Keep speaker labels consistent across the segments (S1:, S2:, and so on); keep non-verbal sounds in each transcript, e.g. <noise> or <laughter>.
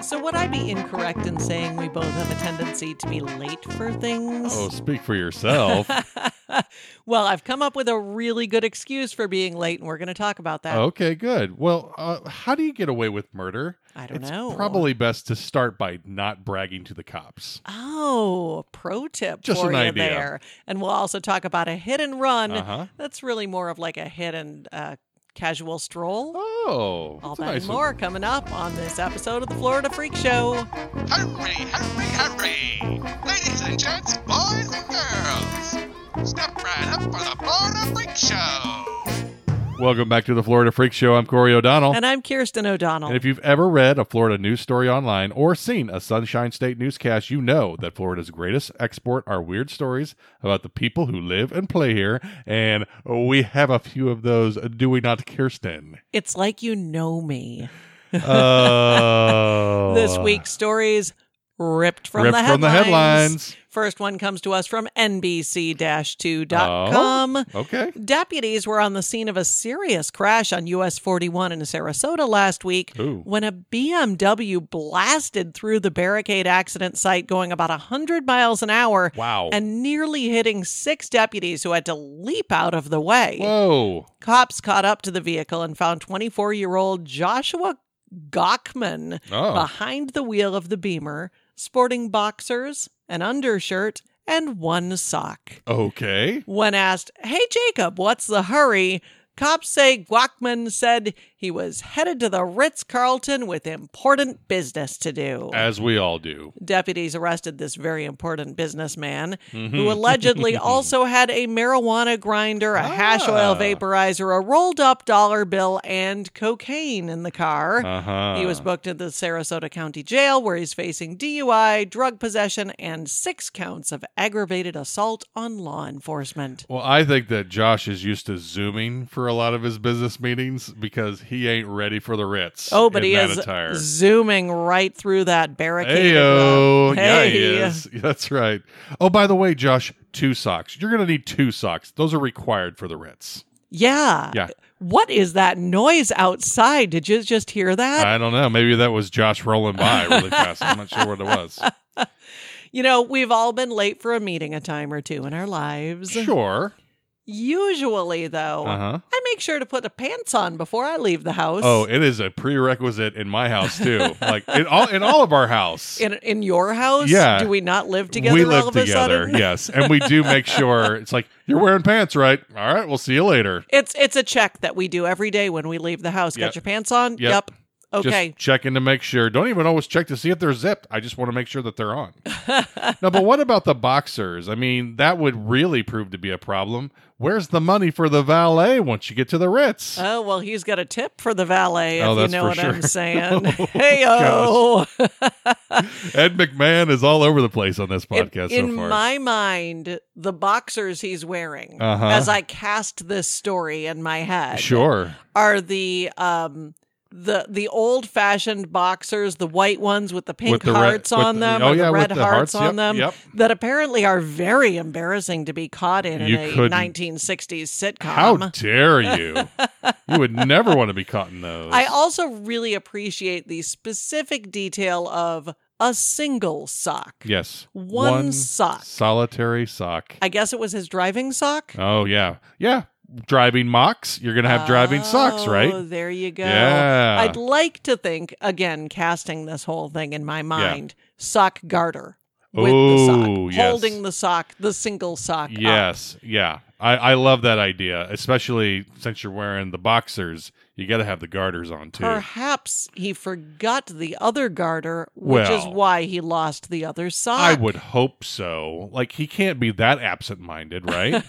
S1: So would I be incorrect in saying we both have a tendency to be late for things? <laughs>
S2: Oh, speak for yourself.
S1: well, I've come up with a really good excuse for being late, and we're going to talk about that.
S2: okay, good. Well, uh, how do you get away with murder?
S1: I don't
S2: it's
S1: know.
S2: Probably best to start by not bragging to the cops.
S1: Oh, pro tip
S2: Just
S1: for
S2: an
S1: you
S2: idea.
S1: there. And we'll also talk about a hit and run.
S2: Uh-huh.
S1: That's really more of like a hit and uh, casual stroll.
S2: Oh,
S1: All
S2: that's
S1: that
S2: a
S1: and
S2: nice one.
S1: more coming up on this episode of the Florida Freak Show.
S2: Oh.
S3: Hurry, hurry, hurry! Ladies and gents, boys and girls, step right up for the Florida Freak Show!
S2: Welcome back to the Florida Freak Show. I'm Corey O'Donnell.
S1: And I'm Kirsten O'Donnell.
S2: And if you've ever read a Florida news story online or seen a Sunshine State newscast, you know that Florida's greatest export are weird stories about the people who live and play here. And we have a few of those, do we not, Kirsten?
S1: it's like you know me.
S2: Oh.
S1: <laughs> This week's stories ripped from,
S2: ripped
S1: the, headlines.
S2: from the headlines.
S1: First one comes to us from NBC-2.com.
S2: Oh. Okay.
S1: Deputies were on the scene of a serious crash on US 41 in Sarasota last week
S2: Ooh.
S1: when a BMW blasted through the barricade accident site going about 100 miles an hour
S2: Wow.
S1: and nearly hitting six deputies who had to leap out of the way.
S2: Whoa.
S1: Cops caught up to the vehicle and found 24 year old Joshua Gockman
S2: Oh.
S1: behind the wheel of the Beamer, sporting boxers, an undershirt, and one sock.
S2: Okay.
S1: When asked, Hey Jacob, what's the hurry? Cops say Guachman said he was headed to the Ritz Carlton with important business to do.
S2: As we all do.
S1: Deputies arrested this very important businessman
S2: Mm-hmm.
S1: who
S2: <laughs>
S1: allegedly also had a marijuana grinder, a hash oil
S2: Ah.
S1: vaporizer, a rolled up dollar bill, and cocaine in the car.
S2: Uh huh.
S1: He was booked at the Sarasota County Jail where he's facing DUI, drug possession, and six counts of aggravated assault on law enforcement.
S2: Well, I think that Josh is used to zooming for a lot of his business meetings because he ain't ready for the Ritz.
S1: Oh, but
S2: in
S1: he
S2: that
S1: is
S2: attire.
S1: zooming right through that barricade.
S2: Ayo. Yeah, he
S1: Hey.
S2: is. <laughs> That's right. Oh, by the way, Josh, two socks. You're going to need two socks. Those are required for
S1: <laughs>
S2: the Ritz.
S1: Yeah.
S2: Yeah.
S1: What is that noise outside? Did you just hear that?
S2: I don't know. Maybe that was Josh rolling by really fast. I'm not sure what
S1: <laughs>
S2: it was.
S1: you know, we've all been late for a meeting a time or two in our lives.
S2: Sure.
S1: Usually, though,
S2: Uh-huh.
S1: I make sure to put the pants on before I leave the house.
S2: Oh, it is a prerequisite in my house too. like in all in all of our
S1: <laughs>
S2: house.
S1: in in your house?
S2: Yeah.
S1: Do we not live together?
S2: we
S1: all
S2: live
S1: of A
S2: together,
S1: sudden?
S2: yes, and we do make sure it's like you're wearing pants, right? All right, we'll see you later.
S1: <laughs> It's it's a check that we do every day when we leave the house.
S2: Yep.
S1: Got your pants on?
S2: Yep.
S1: Okay.
S2: Just checking to make sure. Don't even always check to see if they're zipped. I just want to make sure that
S1: <laughs>
S2: they're on. no, but what about the boxers? I mean, that would really prove to be a problem. Where's the money for the valet once you get to the Ritz?
S1: Oh well, he's got a tip for the valet.
S2: Oh,
S1: if
S2: that's
S1: you know
S2: for
S1: what
S2: sure. <laughs>
S1: I'm saying. hey oh,
S2: Ed McMahon is all over the place on this podcast
S1: in
S2: so far.
S1: my mind, the boxers he's wearing,
S2: Uh-huh.
S1: as I cast this story in my head,
S2: sure.
S1: are the um the the old fashioned boxers, the white ones with the pink
S2: the red-
S1: hearts
S2: with
S1: on
S2: the-
S1: them,
S2: oh,
S1: or
S2: yeah,
S1: the
S2: with
S1: red
S2: the
S1: hearts,
S2: hearts,
S1: on
S2: yep,
S1: them,
S2: yep.
S1: that apparently are very embarrassing to be caught in
S2: You
S1: in a
S2: couldn't-
S1: 1960s sitcom.
S2: How dare
S1: <laughs>
S2: you? you would never want to be caught in those.
S1: I also really appreciate the specific detail of a single sock.
S2: yes.
S1: One sock.
S2: Solitary sock.
S1: I guess it was his driving sock.
S2: oh, yeah. Yeah. Driving mocks. You're going to have driving socks,
S1: Oh,
S2: right?
S1: there you go.
S2: Yeah.
S1: I'd like to think, again, casting this whole thing in my mind, sock garter with the
S2: Oh,
S1: sock,
S2: yes.
S1: holding the sock, the single sock. up.
S2: Yes. Yeah. I, I love that idea, especially since you're wearing the boxers. You got to have the garters on, too.
S1: Perhaps he forgot the other garter, which is
S2: Well,
S1: why he lost the other sock.
S2: I would hope so. Like he can't be that absent-minded,
S1: <laughs>
S2: right?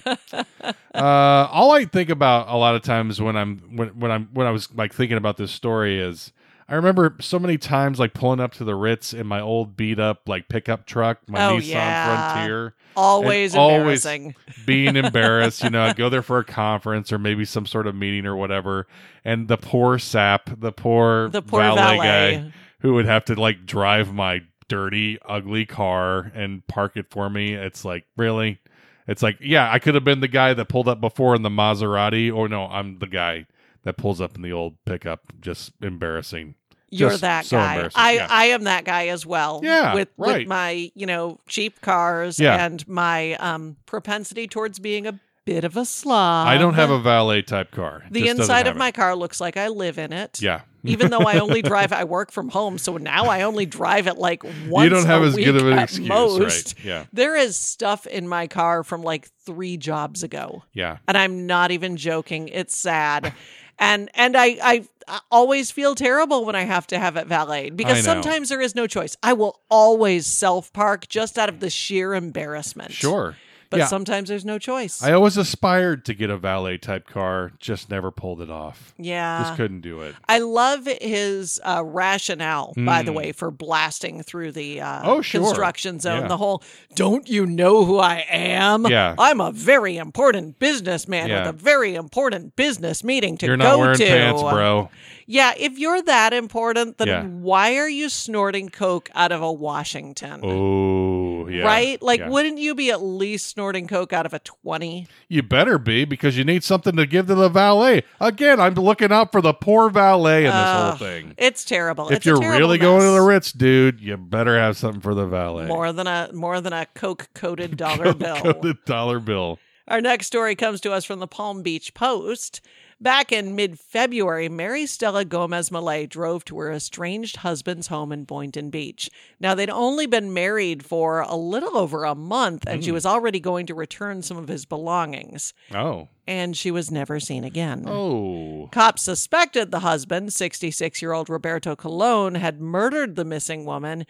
S2: uh, all I think about a lot of times when I'm when when I'm when I was like thinking about this story is I remember so many times like pulling up to the Ritz in my old beat up like pickup truck, my
S1: Oh,
S2: Nissan
S1: yeah.
S2: Frontier, and
S1: Always embarrassing.
S2: Always being embarrassed, you know, I'd go there for a conference or maybe some sort of meeting or whatever, and the poor sap, the poor
S1: The poor
S2: valet,
S1: valet.
S2: guy who would have to like drive my dirty, ugly car and park it for me. It's like really, it's like yeah, I could have been the guy that pulled up before in the Oh, Maserati, or no, I'm the guy that pulls up in the old pickup. Just embarrassing.
S1: You're
S2: Just
S1: that
S2: so
S1: guy.
S2: embarrassing,
S1: I,
S2: yeah.
S1: I am that guy as well.
S2: Yeah,
S1: With
S2: right.
S1: with my, you know, cheap cars
S2: Yeah.
S1: and my um propensity towards being a bit of a slob.
S2: I don't have a valet type car. It
S1: Uh-huh. the
S2: just doesn't
S1: inside
S2: have
S1: of
S2: it.
S1: my car looks like I live in it.
S2: yeah.
S1: Even though I
S2: <laughs>
S1: only drive I work from home, so now I only drive it like once.
S2: you don't have
S1: a
S2: as good
S1: week
S2: of an
S1: at
S2: excuse,
S1: most.
S2: right? Yeah,
S1: There is stuff in my car from like three jobs ago
S2: yeah,
S1: and I'm not even joking. It's sad. And and I I I always feel terrible when I have to have it valeted
S2: I
S1: because
S2: know.
S1: sometimes there is no choice. I will always self park just out of the sheer embarrassment.
S2: sure.
S1: but
S2: yeah.
S1: sometimes there's no choice.
S2: I always aspired to get a valet type car, just never pulled it off.
S1: yeah,
S2: Just couldn't do it.
S1: I love his uh, rationale, by the
S2: Mm.
S1: way, for blasting through the uh,
S2: Oh, sure.
S1: construction zone.
S2: Yeah.
S1: The whole "Don't you know who I am?
S2: Yeah.
S1: I'm a very important businessman
S2: Yeah.
S1: with a very important business meeting to
S2: You're
S1: go
S2: not wearing
S1: to."
S2: pants, bro.
S1: Yeah, if you're that important, then
S2: Yeah.
S1: why are you snorting coke out of a Washington?
S2: Oh, yeah.
S1: Right? Like,
S2: yeah.
S1: wouldn't you be at least snorting coke out of a 20?
S2: You better be because you need something to give to the valet. Again, I'm looking out for the poor valet in this whole
S1: Ugh,
S2: thing.
S1: It's terrible.
S2: Hmm. If
S1: It's a
S2: you're
S1: terrible
S2: really going to
S1: mess.
S2: the Ritz, dude, you better have something for the valet.
S1: more than a more than a coke coated dollar bill.
S2: <laughs> Go to dollar bill.
S1: Our next story comes to us from the Palm Beach Post. Back in mid February, Mary Stella Gomez Malay drove to her estranged husband's home in Boynton Beach. Now, they'd only been married for a little over a month, and she was already going to return some of his belongings,
S2: Oh,
S1: and she was never seen again.
S2: oh,
S1: Cops suspected the husband, 66 year old Roberto Colon, had murdered the missing woman,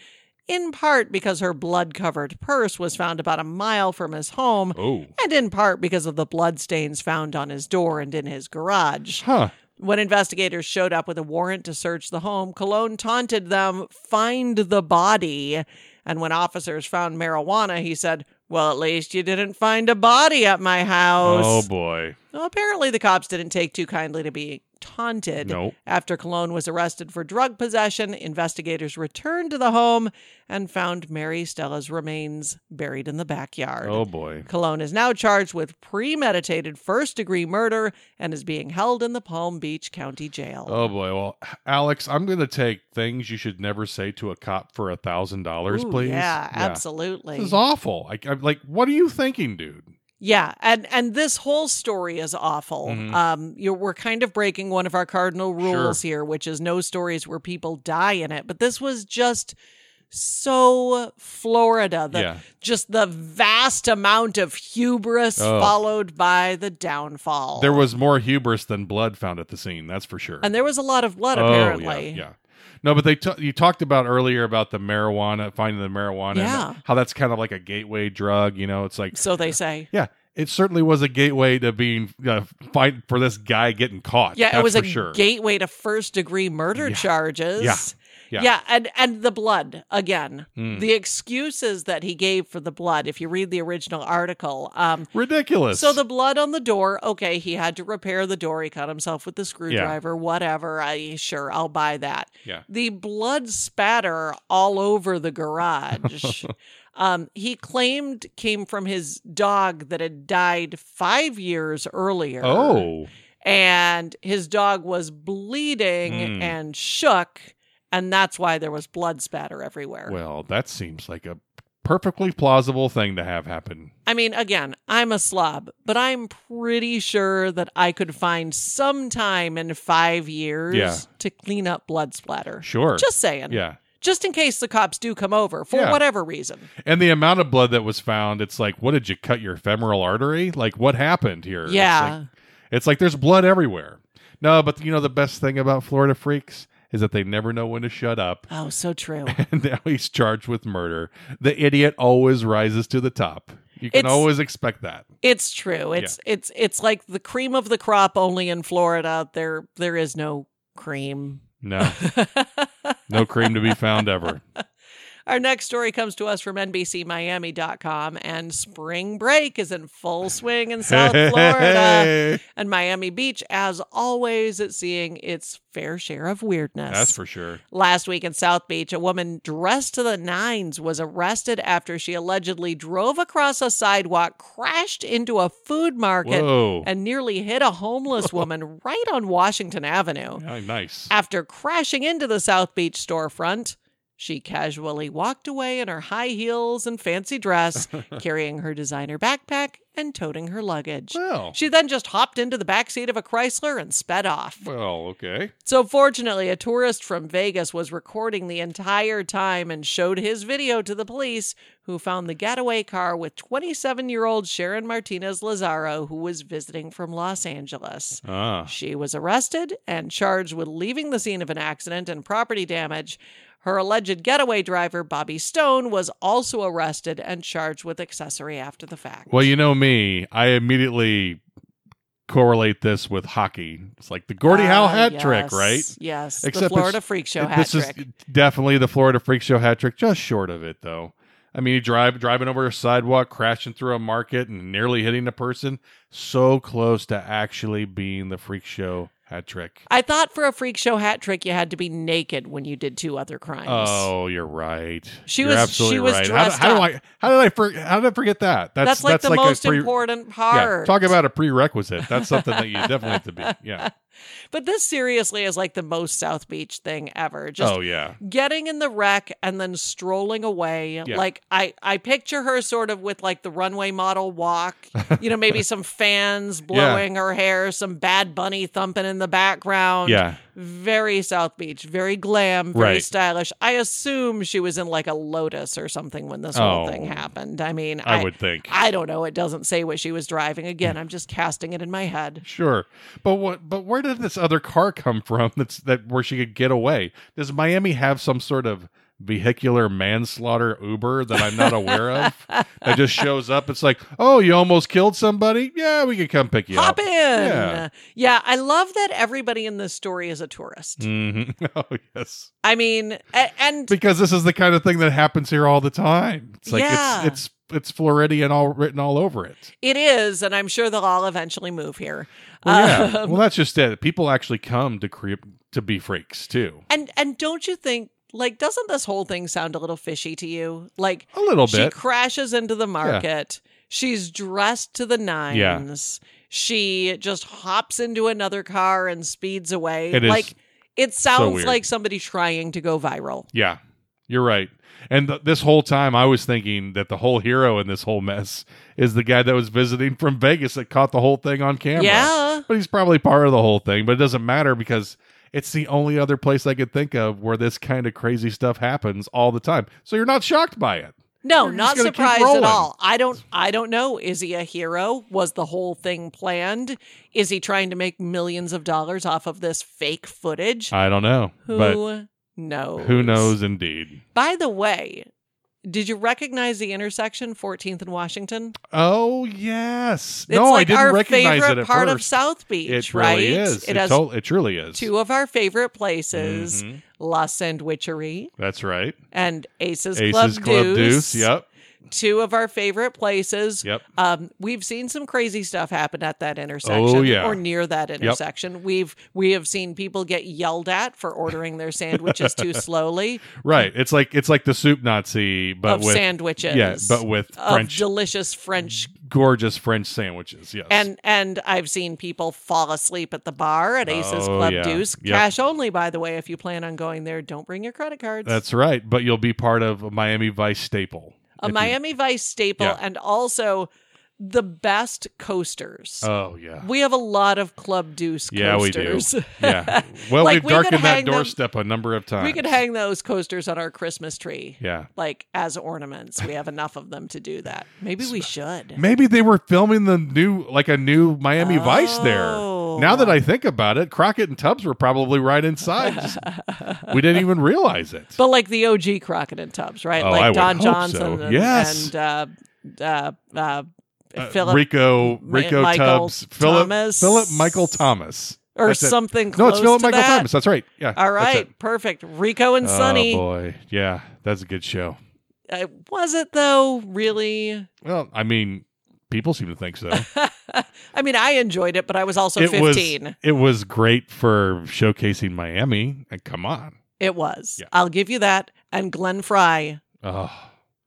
S1: in part because her blood covered purse was found about a mile from his home
S2: oh,
S1: and in part because of the bloodstains found on his door and in his garage.
S2: huh?
S1: When investigators showed up with a warrant to search the home, Cologne taunted them, find the body. And when officers found marijuana, he said, Well, at least you didn't find a body at my
S2: Oh
S1: house.
S2: boy,
S1: Well, apparently, the cops didn't take too kindly to being taunted.
S2: Nope.
S1: After Cologne was arrested for drug possession, investigators returned to the home and found Mary Stella's remains buried in the backyard.
S2: oh boy.
S1: Cologne is now charged with premeditated first degree murder and is being held in the Palm Beach County Jail.
S2: Oh boy. Well, Alex, I'm going to take things you should never say to a cop for a thousand dollars,
S1: Ooh,
S2: please.
S1: Yeah,
S2: This
S1: absolutely.
S2: is awful. Like, I'm like, what are you thinking, dude?
S1: Yeah, and and this whole story is awful.
S2: Mhm.
S1: Um, you're we're kind of breaking one of our cardinal rules here, which is no stories where people die in it. But this was just so Florida. The,
S2: yeah.
S1: Just the vast amount of hubris
S2: Oh.
S1: followed by the downfall.
S2: There was more hubris than blood found at the scene. That's for sure.
S1: and there was a lot of blood
S2: Oh, yeah,
S1: apparently.
S2: yeah, No, but they t- you talked about earlier about the marijuana, finding the marijuana, and
S1: Yeah.
S2: how that's kind of like a gateway drug. You know, it's like
S1: So they say.
S2: Yeah, it certainly was a gateway to being uh, fight for this guy getting caught.
S1: Yeah,
S2: That's
S1: it was a
S2: for sure.
S1: gateway to first degree murder
S2: Yeah.
S1: charges.
S2: Yeah. Yeah.
S1: Yeah. and and the blood again.
S2: Mm.
S1: The excuses that he gave for the blood, if you read the original article. Um
S2: Ridiculous.
S1: so the blood on the door, okay, he had to repair the door, he cut himself with the screwdriver, whatever. I sure I'll buy that.
S2: yeah,
S1: The blood spatter all over the
S2: <laughs>
S1: garage. um, he claimed came from his dog that had died five years earlier
S2: oh,
S1: and his dog was bleeding
S2: Hmm.
S1: and shook and that's why there was blood spatter everywhere
S2: well, that seems like a perfectly plausible thing to have happen.
S1: i mean again i'm a slob but i'm pretty sure that i could find some time in five years
S2: Yeah.
S1: to clean up blood splatter
S2: Sure.
S1: just saying
S2: yeah,
S1: just in case the cops do come over for
S2: Yeah.
S1: whatever reason
S2: and the amount of blood that was found, it's like, what did you cut your femoral artery? Like, what happened here? It's
S1: yeah
S2: like- It's like there's blood everywhere. No, but you know the best thing about Florida freaks is that they never know when to shut up. <laughs>
S1: oh so true
S2: And now he's charged with murder. The idiot always rises to the top. You can
S1: It's-
S2: always expect that.
S1: It's true. It's it's it's like the cream of the crop only in Florida. There there is no cream. <laughs>
S2: No, no cream to be found ever.
S1: All Our next story comes to us from NBCMiami.com, and spring break is in full swing in <laughs> South
S2: <laughs>
S1: Florida.
S2: Hey,
S1: And Miami Beach, as always, is seeing its fair share of weirdness.
S2: That's for sure.
S1: Last week in South Beach, a woman dressed to the nines was arrested after she allegedly drove across a sidewalk, crashed into a food market,
S2: Whoa.
S1: and nearly hit a
S2: <laughs>
S1: homeless woman right on Washington Avenue.
S2: Yeah, nice.
S1: After crashing into the South Beach storefront, she casually walked away in her high heels and fancy dress, carrying her designer backpack and toting her luggage.
S2: Well,
S1: She then just hopped into the backseat of a Chrysler and sped off.
S2: well, okay.
S1: So, fortunately, a tourist from Vegas was recording the entire time and showed his video to the police, who found the getaway car with 27 year old Sharon Martinez Lazaro, who was visiting from Los Angeles.
S2: Ah,
S1: She was arrested and charged with leaving the scene of an accident and property damage. Her alleged getaway driver, Bobby Stone, was also arrested and charged with accessory after the fact.
S2: well, you know me. I immediately correlate this with hockey. It's like the Gordie Howe
S1: Ah,
S2: hat trick,
S1: yes,
S2: right?
S1: Yes.
S2: Except
S1: the
S2: it's-
S1: Florida Freak Show
S2: It-
S1: hat
S2: this
S1: trick.
S2: is definitely the Florida Freak Show hat trick, just short of it though. I mean, you drive driving over a sidewalk, crashing through a market, and nearly hitting a person. So close to actually being the Freak Show hat trick.
S1: I thought for a freak show hat trick, you had to be naked when you did two other crimes.
S2: Oh, you're right.
S1: She
S2: You're
S1: was-
S2: absolutely
S1: she was
S2: right. How do-
S1: dressed
S2: how,
S1: up.
S2: do I? How did I? For, how did I forget that? That's
S1: that's, like the
S2: a
S1: most
S2: pre-
S1: important
S2: Yeah,
S1: part.
S2: talk about a prerequisite. That's something that you definitely have
S1: <laughs>
S2: to be. Yeah.
S1: But this seriously is like the most South Beach thing ever. Just
S2: oh yeah.
S1: getting in the wreck and then strolling away.
S2: Yeah.
S1: Like I, I picture her sort of with like the runway model
S2: <laughs>
S1: walk. You know, maybe some fans blowing her hair, some Bad Bunny thumping in the background.
S2: Yeah.
S1: very South Beach, very glam, very
S2: Right.
S1: stylish. I assume she was in like a Lotus or something when this whole
S2: Oh.
S1: thing happened. I mean,
S2: I would think.
S1: I don't know. It doesn't say what she was driving. Again, I'm just casting it in my head.
S2: Sure, but what? But where did this other car come <laughs> from? That's that where she could get away. Does Miami have some sort of vehicular manslaughter Uber that I'm not aware
S1: <laughs>
S2: of? That just shows up. It's like, oh, you almost killed somebody. Yeah, we could come pick you
S1: Hop
S2: up.
S1: in.
S2: Yeah.
S1: Yeah, I love that everybody in this story is a tourist.
S2: Mhm. <laughs> Oh yes,
S1: I mean, a- and
S2: because this is the kind of thing that happens here all the time. It's like
S1: Yeah.
S2: it's it's it's Floridian all written all over it.
S1: it is, and I'm sure they'll all eventually move here.
S2: Well,
S1: <laughs>
S2: yeah.
S1: Um,
S2: well, that's just it. People actually come to creep to be freaks too.
S1: and and don't you think like doesn't this whole thing sound a little fishy to you? Like
S2: A little
S1: she
S2: bit.
S1: crashes into the market. She's dressed to the nines. She just hops into another car and speeds away.
S2: It is
S1: like it sounds
S2: weird.
S1: like somebody trying to go viral.
S2: Yeah, you're right. And th- this whole time, I was thinking that the whole hero in this whole mess is the guy that was visiting from Vegas that caught the whole thing on camera.
S1: Yeah.
S2: But he's probably part of the whole thing, but it doesn't matter because it's the only other place I could think of where this kind of crazy stuff happens all the time. So you're not shocked by it.
S1: No,
S2: You're just
S1: not
S2: gonna keep
S1: surprised at
S2: rolling.
S1: all. I don't I don't know. Is he a hero? Was the whole thing planned? Is he trying to make millions of dollars off of this fake footage?
S2: I don't know.
S1: Who knows?
S2: Uh, but who knows indeed.
S1: By the way, did you recognize the intersection 14th and Washington?
S2: Oh, yes.
S1: It's
S2: no,
S1: like
S2: I didn't
S1: our
S2: recognize
S1: favorite
S2: it at
S1: part
S2: first.
S1: of South Beach,
S2: it
S1: right?
S2: really is.
S1: It,
S2: It,
S1: has
S2: tol- it truly is.
S1: two of our favorite places:
S2: Mhm.
S1: La Sandwichery
S2: That's right.
S1: and Aces,
S2: Aces
S1: Club, Deuce.
S2: Yep.
S1: Two of our favorite places.
S2: Yep.
S1: Um, we've seen some crazy stuff happen at that intersection
S2: Oh, yeah.
S1: or near that intersection. We've we have seen people get yelled at for ordering their sandwiches
S2: <laughs>
S1: too slowly <laughs>
S2: Right. It's like it's like the soup Nazi, but
S1: of
S2: with
S1: sandwiches.
S2: yeah, but with
S1: of
S2: French,
S1: delicious French
S2: gorgeous French sandwiches. Yes,
S1: And and I've seen people fall asleep at the bar at Aces
S2: Oh,
S1: Club
S2: yeah.
S1: Deuce.
S2: Yep.
S1: Cash only, by the way. If you plan on going there, don't bring your credit cards.
S2: that's right. But you'll be part of a Miami Vice staple.
S1: a
S2: If you-
S1: Miami Vice staple,
S2: Yeah.
S1: and also the best coasters.
S2: oh yeah,
S1: we have a lot of Club Deuce
S2: yeah, we do.
S1: coasters. <laughs>
S2: Yeah. Well,
S1: Like,
S2: we've
S1: we could hang
S2: darkened that
S1: them-
S2: doorstep a number of times.
S1: we could hang those coasters on our Christmas tree,
S2: Yeah.
S1: like as ornaments. We have enough of them to do that. Maybe we should.
S2: Maybe they were filming the new, like a new Miami Vice there. Now
S1: Oh.
S2: that I think about it, Crockett and Tubbs were probably right inside. <laughs> Just- we didn't even realize it.
S1: <laughs> But like the OG Crockett and Tubbs, right?
S2: Oh,
S1: like
S2: I would
S1: Don
S2: hope
S1: Johnson
S2: so.
S1: and,
S2: Yes.
S1: and uh, uh, uh,
S2: Uh,
S1: Philip
S2: Rico,
S1: Mi-
S2: Rico
S1: Michael
S2: Tubbs, Philip,
S1: Thomas.
S2: Philip Michael Thomas.
S1: or
S2: That's it.
S1: something
S2: No,
S1: close
S2: it's Philip
S1: to
S2: Michael
S1: that.
S2: Thomas. That's right. Yeah.
S1: All
S2: that's it.
S1: right, perfect. Rico and Sonny.
S2: Oh boy, yeah, that's a good show.
S1: Uh, was it though? Really? <laughs>
S2: Well, I mean, people seem to think so.
S1: I mean, I enjoyed it, but I was also
S2: it was
S1: 15.
S2: it was great for showcasing Miami. And come on,
S1: It was.
S2: Yeah.
S1: I'll give you that. And Glenn Fry,
S2: oh,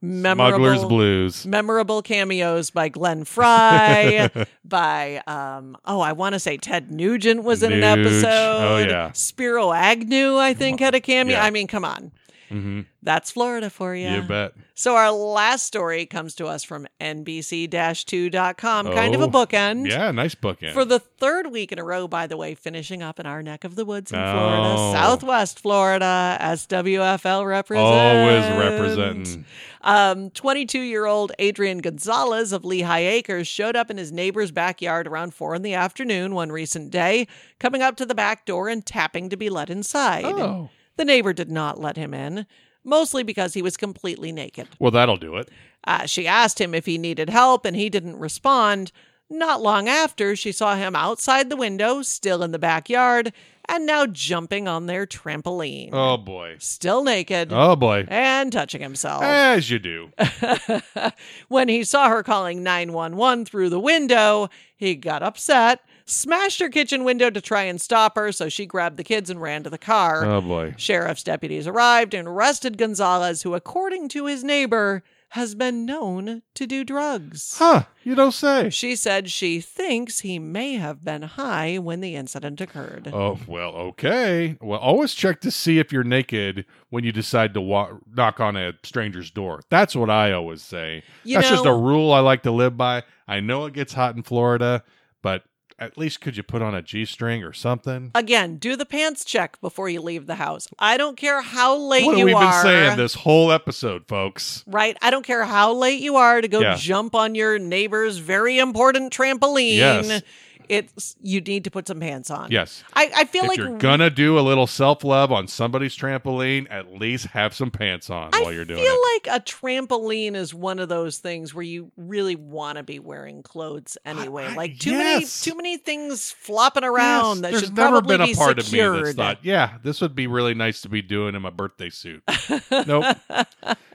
S2: Smuggler's
S1: memorable,
S2: Blues.
S1: memorable cameos by Glenn
S2: <laughs>
S1: Fry, by um, oh, I want to say Ted Nugent was in an
S2: Nuge.
S1: episode.
S2: Oh, yeah.
S1: Spiro Agnew, I think, had a cameo.
S2: Yeah.
S1: I mean, come on,
S2: hmm
S1: that's Florida for you.
S2: You bet.
S1: So our last story comes to us from NBC-2.com, kind of a
S2: Oh,
S1: bookend.
S2: Yeah, nice bookend.
S1: For the third week in a row, by the way, finishing up in our neck of the woods in
S2: Oh.
S1: Florida, Southwest Florida, SWFL
S2: Always
S1: represents.
S2: representing.
S1: Um, 22-year-old Adrian Gonzalez of Lehigh Acres showed up in his neighbor's backyard around four in the afternoon one recent day, coming up to the back door and tapping to be let inside.
S2: Oh,
S1: The neighbor did not let him in, mostly because he was completely naked.
S2: well, that'll do it.
S1: Uh, she asked him if he needed help, and he didn't respond. Not long after, she saw him outside the window, still in the backyard, and now jumping on their trampoline.
S2: Oh boy.
S1: Still naked
S2: Oh boy.
S1: and touching himself.
S2: As you do.
S1: <laughs> when he saw her calling 911 through the window, he got upset, smashed her kitchen window to try and stop her, so she grabbed the kids and ran to the car.
S2: Oh boy.
S1: Sheriff's deputies arrived and arrested Gonzalez, who, according to his neighbor, has been known to do drugs.
S2: Huh? You don't say.
S1: She said she thinks he may have been high when the incident occurred.
S2: Oh well, okay. Well, always check to see if you're naked when you decide to wa- knock on a stranger's door. That's what I always say.
S1: You
S2: That's just a
S1: know-
S2: rule I like to live by. I know it gets hot in Florida, but at least could you put on a g-string or something?
S1: Again, do the pants check before you leave the house. I don't care how late
S2: what
S1: you
S2: have we
S1: are.
S2: been saying this whole episode, folks?
S1: Right? I don't care how late you are to go
S2: Yeah.
S1: jump on your neighbor's very important trampoline.
S2: Yes.
S1: It's you need to put some pants on.
S2: Yes.
S1: I, I feel
S2: If
S1: like
S2: you're gonna do a little self-love on somebody's trampoline, at least have some pants on
S1: I
S2: while you're doing
S1: feel
S2: it.
S1: like a trampoline is one of those things where you really want to be wearing clothes anyway.
S2: I-
S1: like too
S2: yes.
S1: many too many things flopping around
S2: Yes,
S1: that
S2: there's
S1: should
S2: never
S1: probably
S2: been a
S1: be
S2: part
S1: secured.
S2: of me that's thought, yeah, this would be really nice to be doing in my
S1: <laughs>
S2: birthday suit. nope.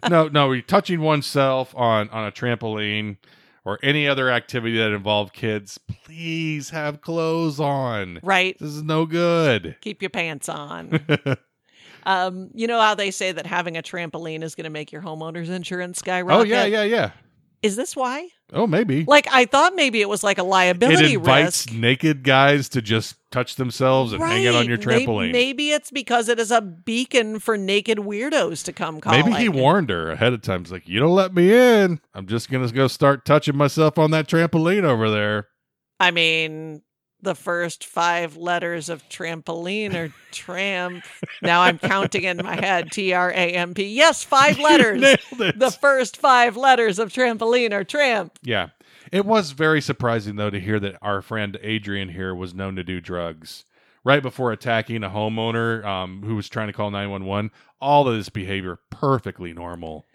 S2: No, no, you're touching oneself on on a trampoline or any other activity that involve kids, please have clothes on.
S1: right?
S2: This is no good.
S1: Keep your pants
S2: <laughs>
S1: on. um, you know how they say that having a trampoline is going to make your homeowner's insurance skyrocket.
S2: Oh yeah, yeah, yeah.
S1: Is this why?
S2: Oh, maybe.
S1: Like I thought, maybe it was like a liability
S2: it invites
S1: risk.
S2: naked guys to just touch themselves and hang out
S1: Right.
S2: on your
S1: May-
S2: trampoline.
S1: Maybe it's because it is a beacon for naked weirdos to come calling.
S2: Maybe he warned her ahead of time. He's like, "You don't let me in. I'm just gonna go start touching myself on that trampoline over there." <laughs>
S1: I mean, the first five letters of trampoline
S2: <laughs>
S1: or tramp. now I'm counting in my head T R A M P. Yes,
S2: <laughs>
S1: five letters.
S2: Nailed it.
S1: the first five letters of trampoline or tramp.
S2: yeah, it was very surprising though to hear that our friend Adrian here was known to do drugs right before attacking a homeowner um, who was trying to call nine one one. All of this behavior perfectly normal.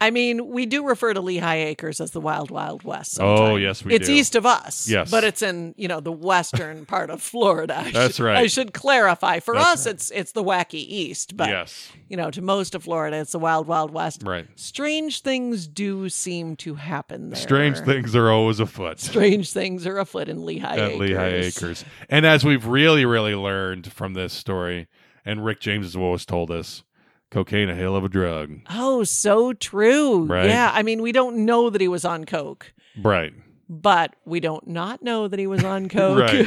S1: I mean, we do refer to Lehigh Acres as the Wild Wild West.
S2: Oh,
S1: sometimes.
S2: yes, we
S1: it's
S2: do.
S1: east of us.
S2: Yes.
S1: but it's in you know the
S2: <laughs>
S1: western part of Florida. I
S2: That's
S1: should-
S2: right.
S1: I should clarify. For us,
S2: That's
S1: it's it's the wacky east, but
S2: yes,
S1: you know to most of Florida, it's the Wild Wild West.
S2: right.
S1: Strange things do seem to happen there.
S2: Strange things are always afoot.
S1: Strange things are afoot in Lehigh
S2: at
S1: Acres.
S2: Lehigh Acres. And as we've really, really learned from this story, and Rick James has always told us, cocaine a hell of a drug.
S1: Oh, so true.
S2: Right?
S1: Yeah. I mean, we don't know that he was on coke,
S2: Right,
S1: but we don't not know that he was
S2: <laughs>
S1: on coke.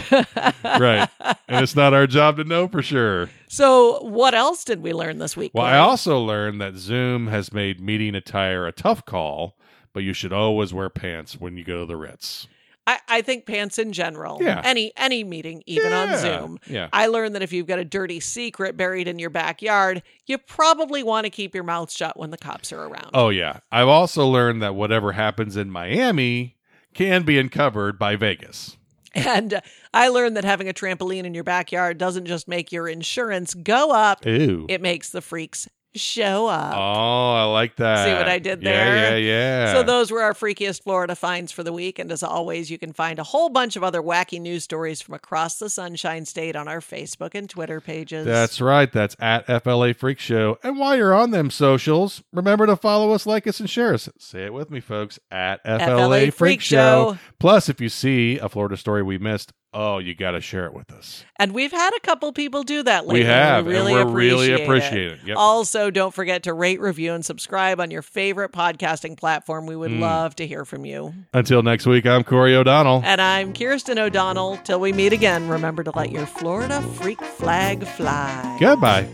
S2: right. and it's not our job to know for sure.
S1: <laughs> So, what else did we learn this week?
S2: Well, I
S1: Claire?
S2: also learned that Zoom has made meeting attire a tough call, but you should always wear pants when you go to the Ritz.
S1: I, I think pants in general.
S2: Yeah.
S1: Any any meeting, even on
S2: Yeah,
S1: Zoom.
S2: Yeah.
S1: I learned that if you've got a dirty secret buried in your backyard, you probably want to keep your mouth shut when the cops are around.
S2: Oh, yeah. I've also learned that whatever happens in Miami can be uncovered by Vegas.
S1: <laughs> And uh, I learned that having a trampoline in your backyard doesn't just make your insurance go up,
S2: Ew.
S1: it makes the freaks show up.
S2: Oh, I like that.
S1: what I did
S2: Yeah,
S1: there?
S2: yeah, Oh, yeah.
S1: So those were our freakiest Florida finds for the week. And as always, you can find a whole bunch of other wacky news stories from across the Sunshine State on our Facebook and Twitter pages.
S2: That's right. That's at FLA Freak Show. And while you're on them socials, remember to follow us, like us, and share us. Say it with me, folks. At FLA, Freak, Show. Plus, if you see a Florida story we missed, oh, you got to share it with us.
S1: And we've had a couple people do that lately.
S2: we have.
S1: really
S2: and we're really
S1: appreciate it.
S2: appreciate it. Yep.
S1: Also, don't forget to rate, review, and subscribe on your favorite podcasting platform. We would
S2: Mm.
S1: love to hear from you.
S2: Until next week, I'm Corey O'Donnell.
S1: And I'm Kirsten O'Donnell. Till we meet again, remember to let your Florida freak flag fly.
S2: Goodbye.